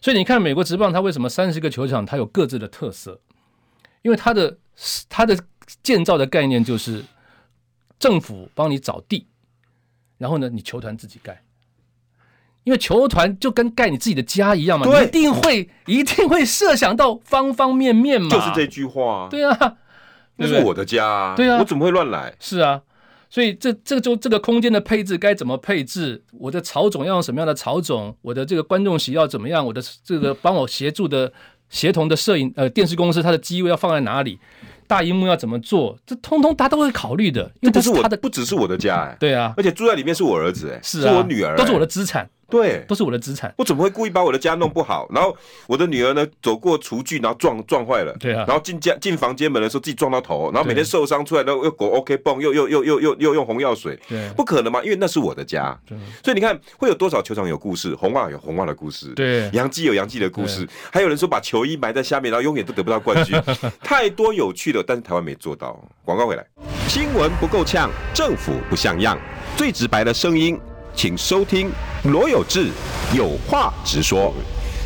所以你看美国职棒，它为什么三十个球场它有各自的特色？因为它的它的建造的概念就是政府帮你找地，然后呢，你球团自己盖。因为球团就跟盖你自己的家一样嘛，对你一定会一定会设想到方方面面嘛。就是这句话、啊，对啊，那对是不对我的家啊，对啊我怎么会乱来？是啊，所以这这就这个空间的配置该怎么配置，我的曹总要用什么样的曹总，我的这个观众席要怎么样，我的这个帮我协助的协同的摄影呃电视公司它的机位要放在哪里，大荧幕要怎么做，这通通他都会考虑的，因这不为这是是我他的不只是我的家、哎，对啊，而且住在里面是我儿子、哎，是啊，我女儿、都是我的，的资产，对。都是我的资产，我怎么会故意把我的家弄不好？然后我的女儿呢，走过厨具，然后撞撞坏了。对啊然后进家进房间门的时候，自己撞到头，然后每对天受伤出来，然后又狗 OK 泵，又又又又又又用红药水，对不可能嘛？因为那是我的家。对所以你看，会有多少球场有故事？红袜有红袜的故事，对杨基有杨基的故事，还有人说把球衣埋在下面，然后永远都得不到冠 军，太多有趣的，但是台湾没做到。广告回来，新闻不够呛，政府不像样，最直白的声音，请收听罗有志有话直说。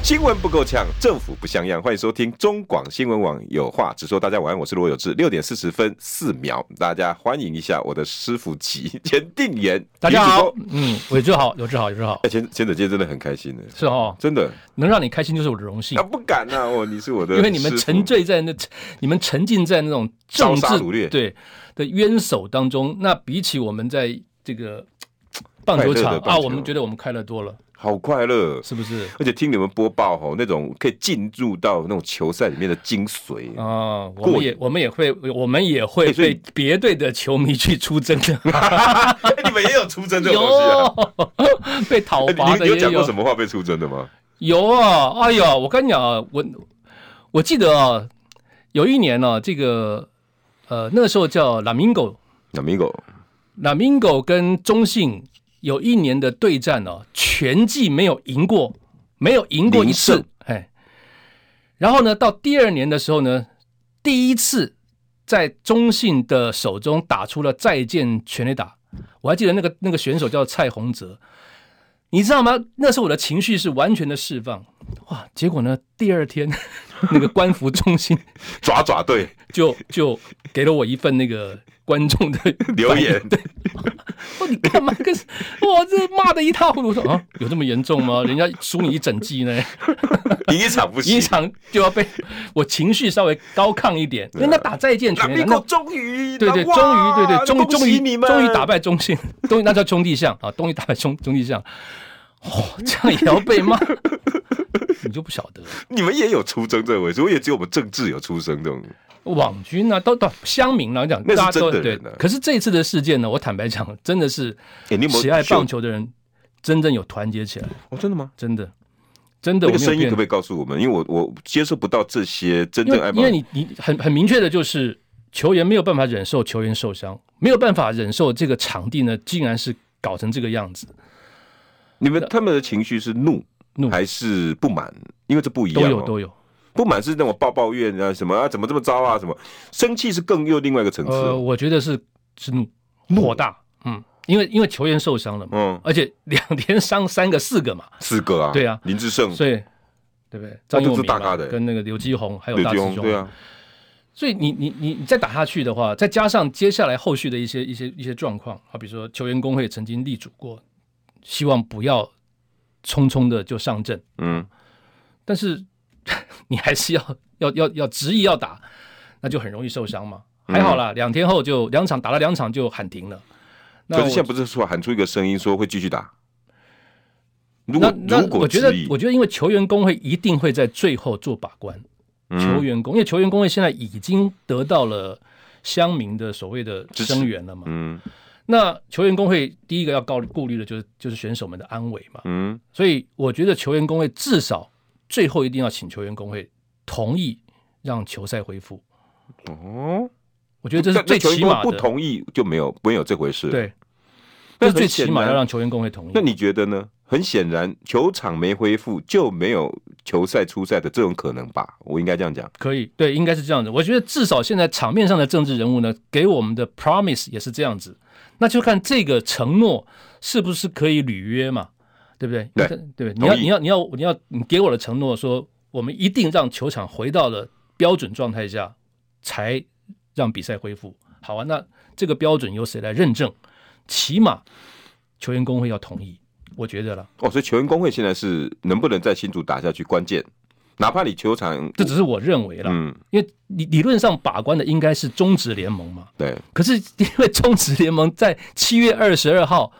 新闻不够呛，政府不像样。欢迎收听中广新闻网有话直说。大家晚安，我是罗有志。六点四十分四秒，大家欢迎一下我的师傅级前定言。大家前主好播，嗯，伟志好，有志好，有志好哎，，前前者今天真的很开心的，是哦，真的能让你开心就是我的 荣幸啊，。不敢 呐、啊，哦，你是我的师傅，因为你们沉醉在那，你们沉浸在那种政烧杀治掳掠对的冤手当中，那比起我们在这个棒球快乐场的棒啊，球我们觉得我们快乐多了，好快乐，是不是？而且听你们播报吼，那种可以进入到那种球赛里面的精髓，啊，我嗯过们瘾也我们也会我们也会哎所以被别队的球迷去出征的，哎你们也有出征 这种东西啊？有 被讨哎伐你的你有也讲过什有，么话被出征的吗？有啊，哎呀，我跟你讲啊，我我记得啊，有一年呢、这个呃那时候叫拉明狗。那 Migo，拉明狗跟中信有一年的对战哦，全季没有赢过，没有赢过一零次胜，哎。然后呢，到第二年的时候呢，第一次在中信的手中打出了再见全垒打，我还记得那个那个选手叫蔡宏哲，你知道吗？那时候我的情绪是完全的释放，哇！结果呢，第二天 那个官服中心爪爪队就就给了我一份那个观众的留言，说你 干嘛跟我这骂的一塌糊涂？我说啊，有这么严 重吗？人家输你一整季呢，第一场不行，一场就要被我情绪稍微高亢一点，人家打再见啊那拳，那 Migo 终于对对，哇终于对对，终于恭终喜于你们终于打败中信， 终于那叫兄弟象啊，终于打败中中弟象，哦，这样也要被骂， 你就不晓得了你们也有出征这回事，我也只有我们政治有出征这种，网军啊，都都乡民啊，讲那是大家都真的对人啊。可是这一次的事件呢，我坦白讲，真的是哎，你有没有喜爱秀棒？球的人真正有团结起来。哦，真的吗？真的，真的，那个我没有声音可变不可以告诉我们？因为我我接受不到这些真因正爱为棒因为你你很很明确的就是球员没有办法忍受球员受伤，没有办法忍受这个场地呢竟然是搞成这个样子，你们他们的情绪是怒怒还是不满？因为这不一都样、有哦，都有。不满是那种抱抱怨啊，什么啊，怎么这么糟啊，什么生气是更又另外一个层次呃，哦、我觉得是是怒火大，嗯，因为因为球员受伤了嘛，嗯，而且两连伤三个四个嘛，四个啊，对啊林志胜、所以对不对？张都佑哦是铭大嘛咖的跟那个刘基宏还有刘大继师宏，兄，对啊，所以你你你你再打下去的话，再加上接下来后续的一些一些一些状况，好比说球员工会曾经力主过，希望不要匆匆的就上阵，嗯，但是你还是要要要要执意要打，那就很容易受伤嘛。还嗯好啦，两天后就两场打了两场就喊停了。那可是我现在不是说喊出一个声音说会继续打，如那果那如我果觉得执意，我觉得因为球员工会一定会在最后做把关，嗯球员工，因为球员工会现在已经得到了乡民的所谓的支持声援了嘛。嗯那球员工会第一个要高顾虑的就是就是选手们的安危嘛，嗯，所以我觉得球员工会至少最后一定要请球员工会同意让球赛恢复，哦，我觉得这是那那最球起员工码不的。同意就没有没有这回事。，对，那这很是最起显码要然让球员工会同意那。你觉得呢？很显然，球场没恢复就没有球赛出赛的这种可能吧？我应该这样讲。可以，对，应该是这样子。我觉得至少现在场面上的政治人物呢，给我们的 promise 也是这样子，那就看这个承诺是不是可以履约嘛，对不对？对对，你要同意你要你要你要你给我的承诺说，我们一定让球场回到了标准状态下，才让比赛恢复。好啊，那这个标准由谁来认证？起码球员工会要同意，我觉得了。哦，所以球员工会现在是能不能在新竹打下去关键，哪怕你球场这只是我认为了，嗯，因为理理论上把关的应该是中职联盟嘛。对，可是因为中职联盟在七月二十二号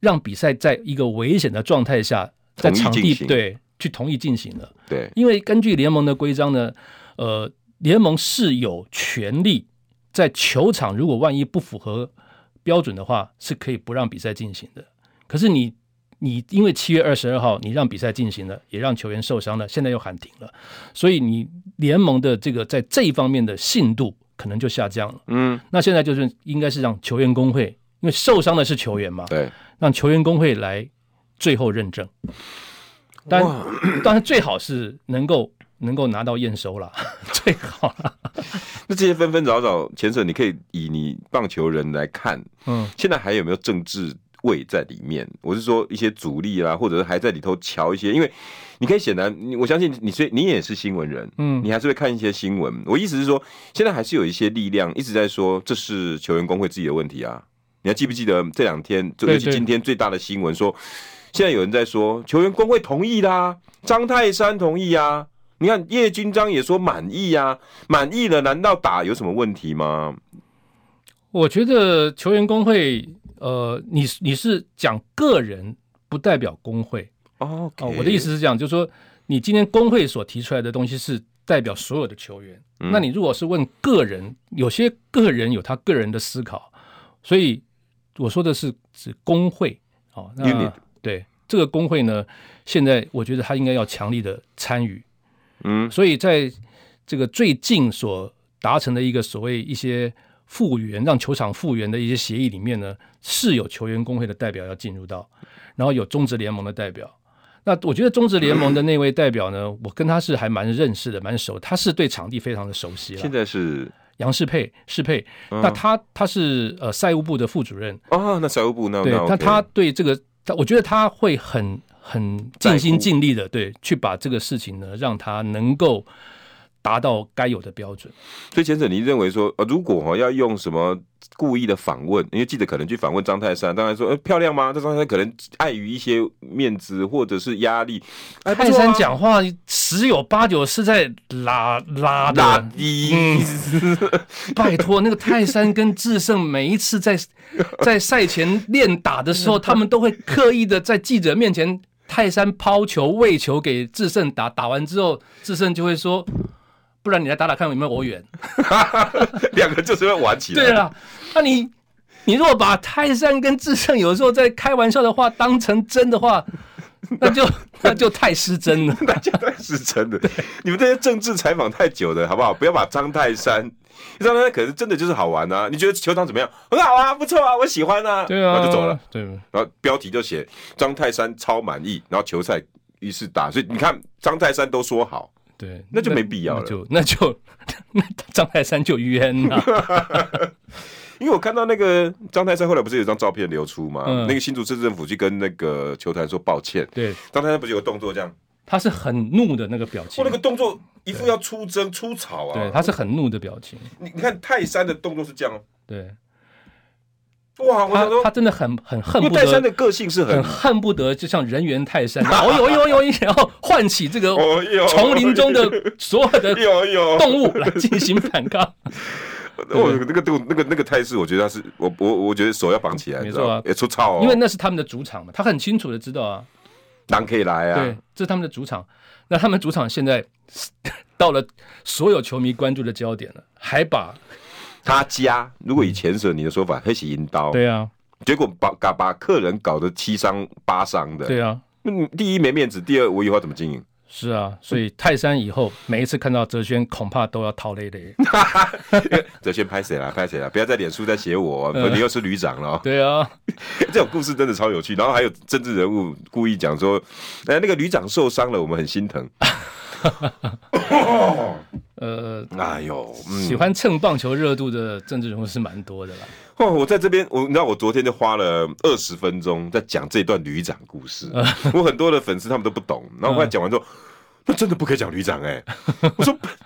让比赛在一个危险的状态下，在同意场地进行对去同意进行了。对，因为根据联盟的规章呢，呃，联盟是有权利在球场如果万一不符合标准的话，是可以不让比赛进行的。可是你你因为七月二十二号你让比赛进行了，也让球员受伤了，现在又喊停了，所以你联盟的这个在这一方面的信度可能就下降了。嗯，那现在就是应该是让球员工会，因为受伤的是球员嘛，对，让球员工会来最后认证。当哇然，当然最好是能够能够拿到验收啦， 最好啦。那这些纷纷扰扰，前者你可以以你棒球人来看，嗯，现在还有没有政治味在里面？我是说一些阻力啦，或者是还在里头瞧一些，因为你可以显然，你我相信你虽你也是新闻人，嗯你还是会看一些新闻。我意思是说，现在还是有一些力量一直在说这是球员工会自己的问题啊。你还记不记得这两天，就对尤其对今天最大的新闻说，现在有人在说球员工会同意啦，张泰山同意啊。你看叶军章也说满意啊，满意了，难道打有什么问题吗？我觉得球员工会，呃，你你是讲个人，不代表工会哦哦。我的意思是这样，就是说你今天工会所提出来的东西是代表所有的球员。嗯那你如果是问个人，有些个人有他个人的思考，所以我说的是指工会哦。那 Unit 对这个工会呢，现在我觉得他应该要强力的参与，嗯，所以在这个最近所达成的一个所谓一些复原，让球场复原的一些协议里面呢，是有球员工会的代表要进入到，然后有中职联盟的代表。那我觉得中职联盟的那位代表呢，我跟他是还蛮认识的，蛮熟，他是对场地非常的熟悉现了。在是杨世佩，世佩，嗯那他他是呃赛务部的副主任，啊，那财务部那对那，那 OK 他对这个，他我觉得他会很很尽在心乎尽力的，对，去把这个事情呢，让他能够达到该有的标准。所以前者你认为说，呃，如果哈、要用什么故意的访问，因为记者可能去访问张泰山，当然说，呃，漂亮吗？这张泰山可能碍于一些面子或者是压力，哎，不泰错啊山讲话十有八九是在拉拉的，嗯拉低， 拜托，那个泰山跟智胜每一次在在赛前练打的时候，他们都会刻意的在记者面前，泰山抛球喂球给智胜打，打完之后，智胜就会说。不然你来打打看有没有我远。 两个就是会玩起来。 对啊了，那你你如果把泰山跟智胜有时候在开玩笑的话当成真的话， 那就那就太失真 了。大家都是真的。你们这些政治采访太久了，好不好？不要把张泰山，张泰山可是真的就是好玩啊！你觉得球场怎么样？很好啊，不错啊，我喜欢啊。然后就走了。，对。然后标题就写张泰山超满意，然后球赛于是打。所以你看，张泰山都说好，对，那就没必要了那就那就 那张泰山就冤 了。因为我看到那个张泰山后来不是有一张照片流出吗？嗯那个新竹市政府去跟那个球坛说抱歉，对，张泰山不是有个动作这样，他是很怒的那个表我情那，个动作一副要出征出草对，啊。他是很怒的表情，你你看泰山的动作是这样，对哇！我想他说他，真的很很恨因为不泰山得。的个性是很很。恨不得就像人猿泰山，哦呦呦呦，然后唤起这 个哦呦丛林 中的所有的有有，动物来进行反抗。我哦那个动那个那个态势，我觉得他是我我我觉得手要绑起来，没你知错啊道吗也出草哦，因为那是他们的主场嘛，他很清楚的知道啊，狼可以来啊对，，这是他们的主场。那他们主场现在到了所有球迷关注的焦点了，还把他家如果以前者你的说法，黑起银刀，对啊，结果把把把客人搞得七伤八伤的，对啊，那你第一没面子，第二我以后要怎么经营？是啊，所以泰山以后，每一次看到哲轩，恐怕都要掏累累。哲轩拍谁啦？拍谁啦？不要在脸书在写我，你又是旅长 了哦。对啊，这种故事真的超有趣。然后还有政治人物故意讲说，呃，那个旅长受伤了，我们很心疼。呃，哎呦，嗯，喜欢蹭棒球热度的政治人物是蛮多的啦。 哦，我在这边，我你知道，我昨天就花了二十分钟在讲这段旅长故事。嗯 我很多的粉丝他们都不懂，然后后来讲完之后，那真的不可以讲旅长哎、 我说。本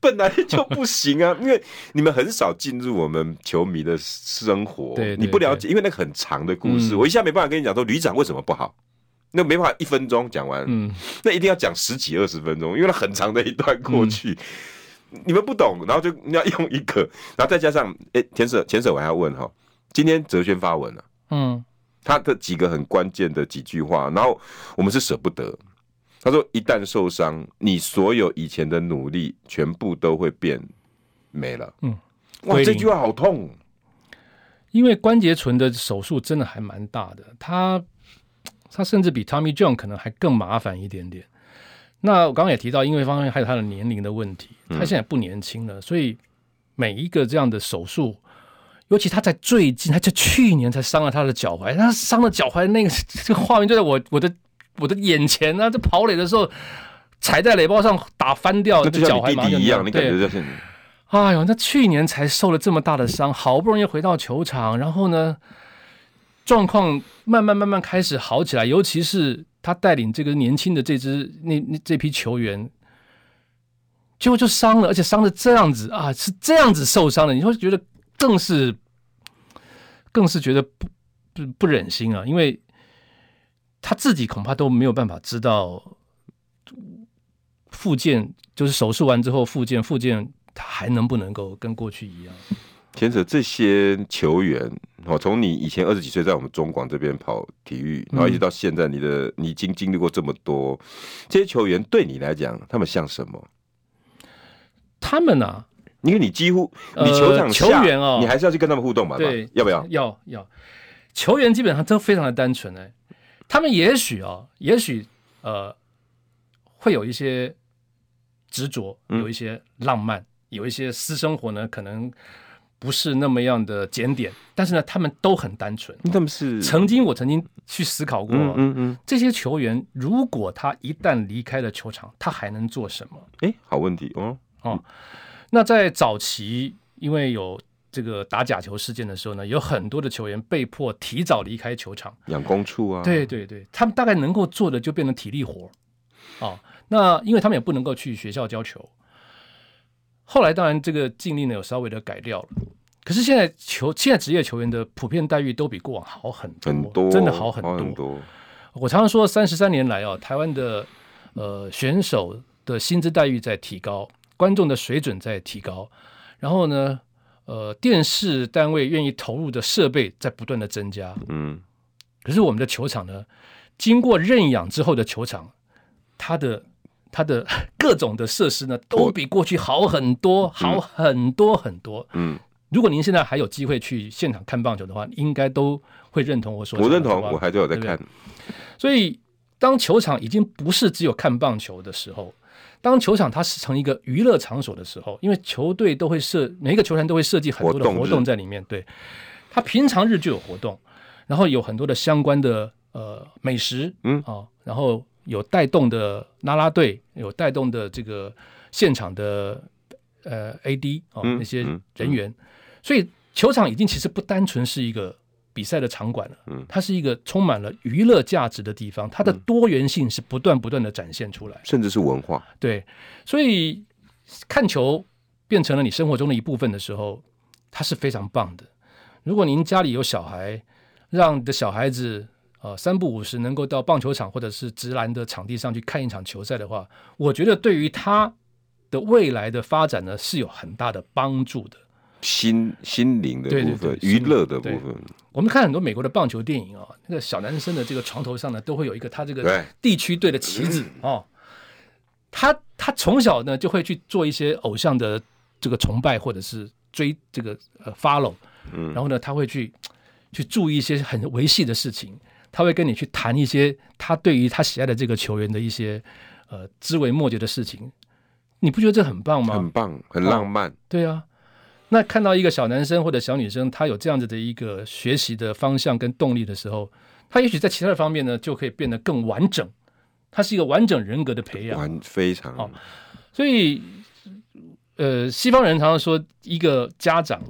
本来就不行啊，因为你们很少进入我们球迷的生活，对对嗯你不了解，因为那个很长的故事，我一下没办法跟你讲说旅长为什么不好，那没办法一分钟讲完，嗯，那一定要讲十几二十分钟，因为它很长的一段过去，嗯你们不懂，然后就你要用一个，然后再加上诶，田舍田舍我还要问哈，今天哲轩发文了、嗯，他的几个很关键的几句话，然后我们是舍不得。他说：“一旦受伤，你所有以前的努力全部都会变没了。”嗯，哇，归这零句话好痛。因为关节唇的手术真的还蛮大的，它它甚至比 Tommy John 可能还更麻烦一点点。那我刚刚也提到，因为方面还有他的年龄的问题，他现在不年轻了，所以每一个这样的手术，尤其他在最近，他在去年才伤了他的脚踝，他伤了脚踝那个这个画面就在我我的我的眼前啊，这跑垒的时候踩在垒包上打翻掉，那这就脚像踝你弟马上就弟一样，断你感哦对觉就是哎呦，那去年才受了这么大的伤，好不容易回到球场，然后呢，状况慢慢慢慢开始好起来，尤其是他带领这个年轻的这支那那这批球员，结果就伤了，而且伤的这样子啊，是这样子受伤的，你会觉得更是更是觉得不不不忍心啊，因为他自己恐怕都没有办法知道复健就是手术完之后复健，复健它还能不能够跟过去一样？田舍这些球员，哦，从你以前二十几岁在我们中广这边跑体育，嗯然后一直到现在，你的你已经经历过这么多，这些球员对你来讲，他们像什么？他们啊，因为你几乎呃你球场下、球员哦你还是要去跟他们互动嘛，对嘛要不要？要要，球员基本上都非常的单纯哎、他们也许啊、也许呃，会有一些执着，嗯有一些浪漫，有一些私生活呢，可能不是那么样的检点，但是呢，他们都很单纯。他们是曾经我曾经去思考过，嗯嗯嗯，这些球员如果他一旦离开了球场，他还能做什么？哎、好问题哦，那在早期，因为有这个打假球事件的时候呢，有很多的球员被迫提早离开球场。养工处啊，对对对，他们大概能够做的就变成体力活啊、哦那因为他们也不能够去学校教球。后来当然这个禁令呢有稍微的改掉了，可是现在球现在职业球员的普遍待遇都比过往好很多，很多真的好很很多。多，我常常说，三十三年来啊，台湾的呃选手的薪资待遇在提高，观众的水准在提高，然后呢，呃，电视单位愿意投入的设备在不断的增加。嗯，可是我们的球场呢，经过认养之后的球场，它的它的 各种的设施呢，都比过去好很多，好很多很多。嗯，如果您现在还有机会去现场看棒球的话，应该都会认同我说的我这认个话。同，我还都有在对不看，所以，当球场已经不是只有看棒球的时候，当球场它是成一个娱乐场所的时候，因为球队都会设每一个球团都会设计很多的活动日活动在里面。对，它平常日就有活动，然后有很多的相关的呃美食，嗯啊，然后有带动的啦啦队，有带动的这个现场的呃 AD 啊、嗯那些嗯人员，所以球场已经其实不单纯是一个比赛的场馆了，嗯它是一个充满了娱乐价值的地方，它的多元性是不断不断的展现出来。甚至是文化，对，所以看球变成了你生活中的一部分的时候，它是非常棒的。如果您家里有小孩，让你的小孩子呃三不五时能够到棒球场或者是直篮的场地上去看一场球赛的话，我觉得对于他的未来的发展呢是有很大的帮助的。心心灵的对对部分，对娱心乐的部对分，我们看很多美国的棒球电影啊、那个小男生的这个床头上呢，都会有一个他这对嗯个地区队的旗子哦。他他从小呢就会去做一些偶像的这个崇拜或者是追这个呃 follow，嗯然后呢他会去去注意一些很维系的事情，他会跟你去谈一些他对于他喜爱的这个球员的一些呃枝微末节的事情，你不觉得这很棒吗？很棒，很浪漫。对啊，那看到一个小男生或者小女生，他有这样子的一个学习的方向跟动力的时候，他也许在其他的方面呢，就可以变得更完整。他是一个完整人格的培养，玩非常好所以，呃，西方人常常说，一个家长，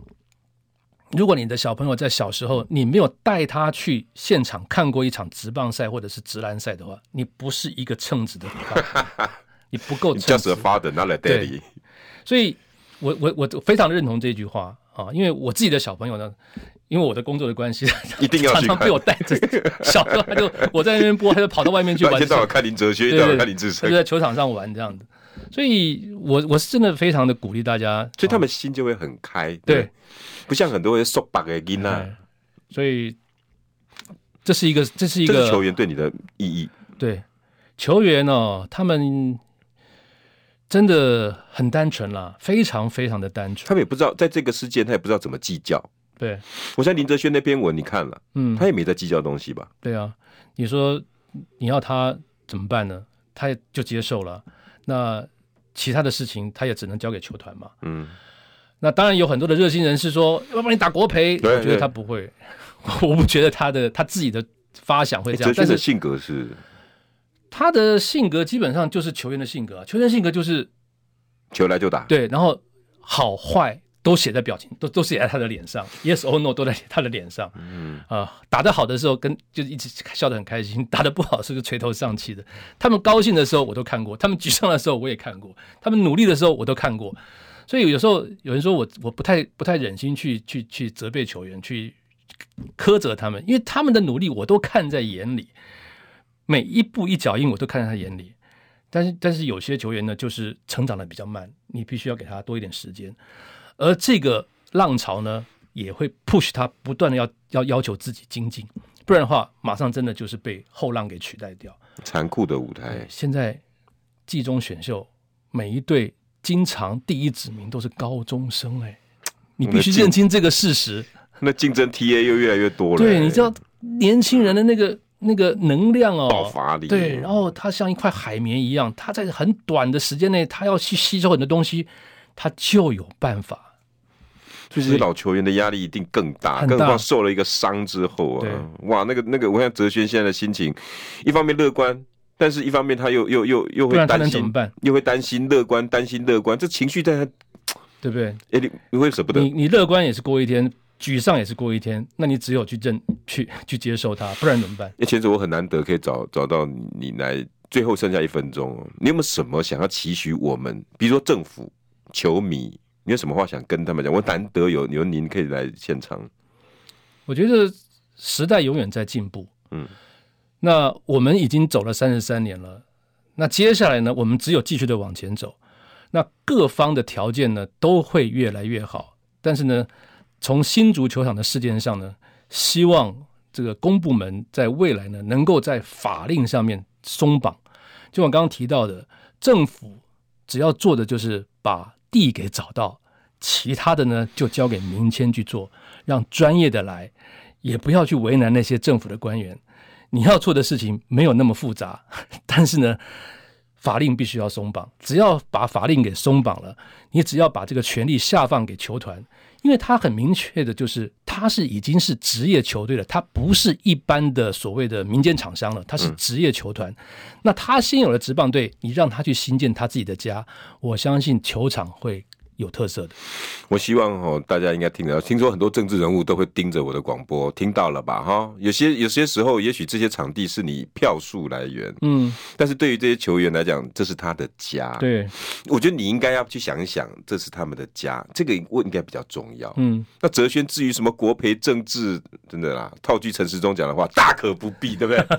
如果你的小朋友在小时候你没有带他去现场看过一场职棒赛或者是职篮赛的话，你不是一个称职的爸爸你不够称 just 职 a。father not a daddy，所以我我我非常认同这句话啊，因为我自己的小朋友呢，因为我的工作的关系， 一定要常去常看被。我带 着，小时候他就我在那边播，他就跑到外面去一 玩天到晚看林哲学，一对天到对晚看对，林志他成就，在球场上玩这样子。所以我，我是真的非常的鼓励大家，所以他们心就会很开。对，，不像很多人说白的囡哎仔，所以这是一个，这是一这个是球员对你的意义。对球员哦，他们真的很单纯啦，非常非常的单纯。他们也不知道，在这个世界，他也不知道怎么计较。对，我像林哲轩那篇文，你看了，嗯，他也没在计较东西吧？对啊，你说你要他怎么办呢？他也就接受了。那其他的事情他也只能交给球团嘛。嗯，那当然有很多的热心人士说要帮你打国赔，对我觉得对他不会， 我不觉得他的他自己的发想会这样哲，但轩的是性格是他的性格基本上就是球员的性格啊，球员性格就是球来就打，对，然后好坏都写在表情，都都写在他的脸上，yes or no 都在他的脸上。嗯啊、打得好的时候跟就是一直笑得很开心，打得不好是不是垂头丧气的？他们高兴的时候我都看过，他们沮丧的时候我也看过，他们努力的时候我都看过。所以有时候有人说我我不太不太忍心去去去责备球员，去苛责他们，因为他们的努力我都看在眼里，每一步一脚印我都看在他眼里。但是但是有些球员呢，就是成长的比较慢，你必须要给他多一点时间。而这个浪潮呢，也会 push 他不断的要要要求自己精进，不然的话，马上真的就是被后浪给取代掉。残酷的舞台。现在季中选秀，每一队经常第一指名都是高中生、哎，你必须认清这个事实。那竞争 TA 又越来越多了、对，你知道年轻人的那个那个能量哦，爆发力对，然后它像一块海绵一样，它在很短的时间内，它要去吸收很多东西，它就有办法。所以这些老球员的压力一定更大，很大更何况受了一个伤之后对啊，哇，那个那个，我看哲轩现在的心情，一方面乐观，但是一方面他又又又又不会然他担能怎心么，办？又会担心乐观，担心乐观，这情绪在他，对不对？哎、你你会舍不得你，你乐观也是过一天，沮丧也是过一天，那你只有去认去去接受它，不然怎么办？哎，前子我很难得可以找找到你来，最后剩下一分钟哦，你有没有什么想要期许我们，比如说政府、球迷，你有什么话想跟他们讲？我难得有有您可以来现场，我觉得时代永远在进步。嗯，那我们已经走了三十三年了，那接下来呢，我们只有继续的往前走。那各方的条件呢，都会越来越好。但是呢，从新足球场的事件上呢，希望这个公部门在未来呢，能够在法令上面松绑。就我刚刚提到的，政府只要做的就是把地给找到，其他的呢就交给民间去做，让专业的来，也不要去为难那些政府的官员。你要做的事情没有那么复杂， 但是呢，法令必须要松绑。只要把法令给松绑了，你只要把这个权力下放给球团，因为他很明确的就是，他是已经是职业球队了，他不是一般的所谓的民间厂商了，他是职业球团。那他先有了职棒队，你让他去新建他自己的家，我相信球场会有特色的。我希望哦，大家应该听得到。听说很多政治人物都会盯着我的广播，听到了吧？哈，有些有些时候，也许这些场地是你票数来源，嗯，但是对于这些球员来讲，这是他的家。，对，我觉得你应该要去想一想，这是他们的家，这个我应该比较重要。嗯，那哲轩至于什么国培政治，真的啦，套句陈世忠讲的话，大可不必，对不对？